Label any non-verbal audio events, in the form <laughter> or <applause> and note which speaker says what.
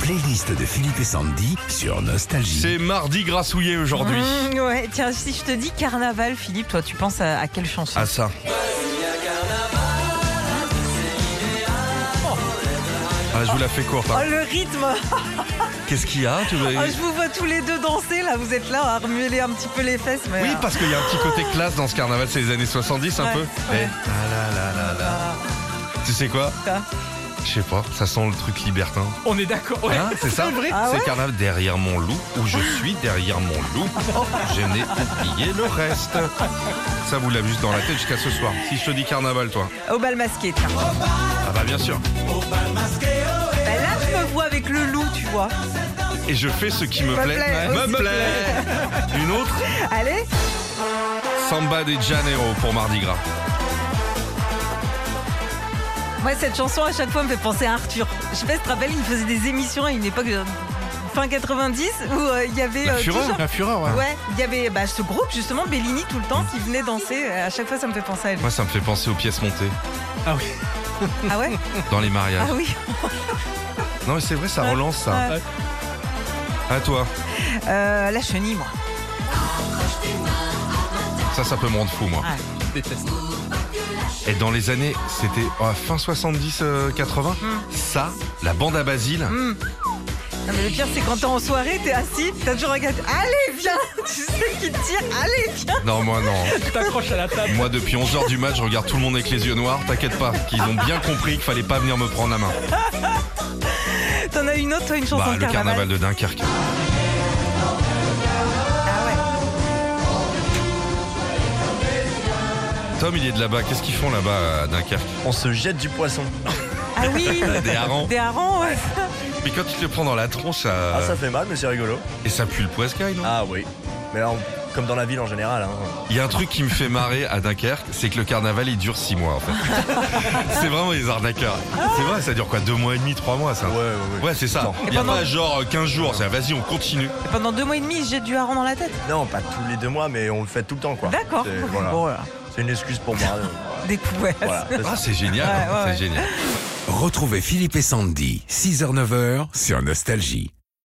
Speaker 1: playlist de Philippe et Sandy sur Nostalgie.
Speaker 2: C'est mardi grassouillé aujourd'hui.
Speaker 3: Mmh, ouais, tiens, si je te dis carnaval, Philippe, toi, tu penses à, à quelle chanson
Speaker 2: Ah ça. Ah, je vous la fais courte.
Speaker 3: Oh,
Speaker 2: hein.
Speaker 3: le rythme
Speaker 2: Qu'est-ce qu'il y a tu veux-
Speaker 3: Oh, Je vous vois tous les deux danser, là, vous êtes là à remuer un petit peu les fesses. Mais,
Speaker 2: Oui,
Speaker 3: euh,
Speaker 2: parce qu'il y a un petit côté classe dans ce carnaval, c'est les années 70 un
Speaker 3: Ouais,
Speaker 2: peu.
Speaker 3: ouais.
Speaker 2: Eh, ah là là là là. Tu sais quoi
Speaker 3: Quoi
Speaker 2: Je sais pas, ça sent le truc libertin.
Speaker 4: On est d'accord. ouais.
Speaker 2: Hein, c'est ça
Speaker 3: Ah
Speaker 2: C'est
Speaker 3: ouais
Speaker 2: carnaval derrière mon loup, où je suis derrière mon loup. Je n'ai oublié le reste. Ça vous l'avez juste dans la tête jusqu'à ce soir. Si je te dis carnaval, toi.
Speaker 3: Au bal masqué, tiens.
Speaker 2: Ah bah bien sûr.
Speaker 3: Bah, là, je me vois avec le loup, tu vois.
Speaker 2: Et je fais ce qui me
Speaker 3: Me
Speaker 2: plaît.
Speaker 3: plaît,
Speaker 2: Me
Speaker 3: aussi.
Speaker 2: plaît. Une autre
Speaker 3: Allez
Speaker 2: Samba de Janeiro pour Mardi Gras.
Speaker 3: Moi, cette chanson, à chaque fois, me fait penser à Arthur. Je sais pas si tu te rappelles, il me faisait des émissions à une époque de fin 90 où euh, il y avait...
Speaker 2: La
Speaker 3: euh,
Speaker 2: Fureur,
Speaker 3: toujours-
Speaker 4: La fureur, ouais.
Speaker 3: Ouais, il y avait bah, ce groupe, justement, Bellini, tout le temps, qui venait danser. À chaque fois, ça me fait penser à lui.
Speaker 2: Moi, ça me fait penser aux pièces montées
Speaker 4: Ah oui.
Speaker 3: Ah ouais
Speaker 2: dans les
Speaker 3: Ah
Speaker 2: mariages.
Speaker 3: oui
Speaker 2: Non, mais c'est vrai, ça relance ça.
Speaker 3: Ouais.
Speaker 2: À toi.
Speaker 3: Euh, La chenille, moi.
Speaker 2: Ça, ça peut me rendre fou, moi.
Speaker 3: Ouais.
Speaker 4: Je déteste.
Speaker 2: Et dans les années, c'était oh, fin 70, euh, 80. Ça, la bande à Basile.
Speaker 3: Hmm. Non, mais le pire, c'est quand t'es en soirée, t'es assis, t'as toujours regardé. Allez, viens <laughs> Tu sais qui te tire, allez, viens
Speaker 2: Non, moi, non.
Speaker 4: Tu t'accroches à la table.
Speaker 2: Moi, depuis 11h du match, je regarde tout le monde avec les yeux noirs. T'inquiète pas, qu'ils ont bien compris qu'il fallait pas venir me prendre la main.
Speaker 3: T'en as une autre, toi, une chanson
Speaker 2: Bah,
Speaker 3: de
Speaker 2: le
Speaker 3: carnaval,
Speaker 2: carnaval de Dunkerque.
Speaker 3: Ah
Speaker 2: Tom, il est de là-bas. Qu'est-ce qu'ils font là-bas euh, à Dunkerque
Speaker 5: On se jette du poisson.
Speaker 3: ouais. Ah oui
Speaker 2: Des
Speaker 5: <laughs>
Speaker 2: harengs.
Speaker 3: Des harengs, ouais.
Speaker 2: Mais quand tu te le prends dans la tronche, ça.
Speaker 5: Ah, ça fait mal, mais c'est rigolo.
Speaker 2: Et ça pue le poiscaille, non
Speaker 5: Ah oui. Mais alors, comme dans la ville en général. Hein.
Speaker 2: Il y a un truc qui me fait marrer à Dunkerque, c'est que le carnaval il dure 6 mois en
Speaker 5: <laughs>
Speaker 2: fait. c'est vraiment les arnaqueurs. C'est vrai, ça dure quoi 2 mois et demi, 3 mois ça
Speaker 5: Ouais, ouais, ouais.
Speaker 2: Ouais, c'est ça.
Speaker 5: Non.
Speaker 2: Il y a
Speaker 3: pendant-
Speaker 2: pas genre euh, 15 jours, c'est vas-y, on continue.
Speaker 3: Et pendant deux mois et demi, j'ai du hareng dans la tête.
Speaker 5: Non, pas tous les deux mois, mais on le fait tout le temps, quoi.
Speaker 3: D'accord.
Speaker 5: C'est voilà.
Speaker 3: Bon, voilà.
Speaker 5: C'est une excuse
Speaker 3: <laughs>
Speaker 5: pour moi. euh,
Speaker 3: Des coups, ouais.
Speaker 5: voilà.
Speaker 2: Ah, c'est génial,
Speaker 3: Ouais, ouais,
Speaker 2: c'est
Speaker 3: ouais.
Speaker 2: génial.
Speaker 1: Retrouvez Philippe et Sandy, 6h-9h sur Nostalgie.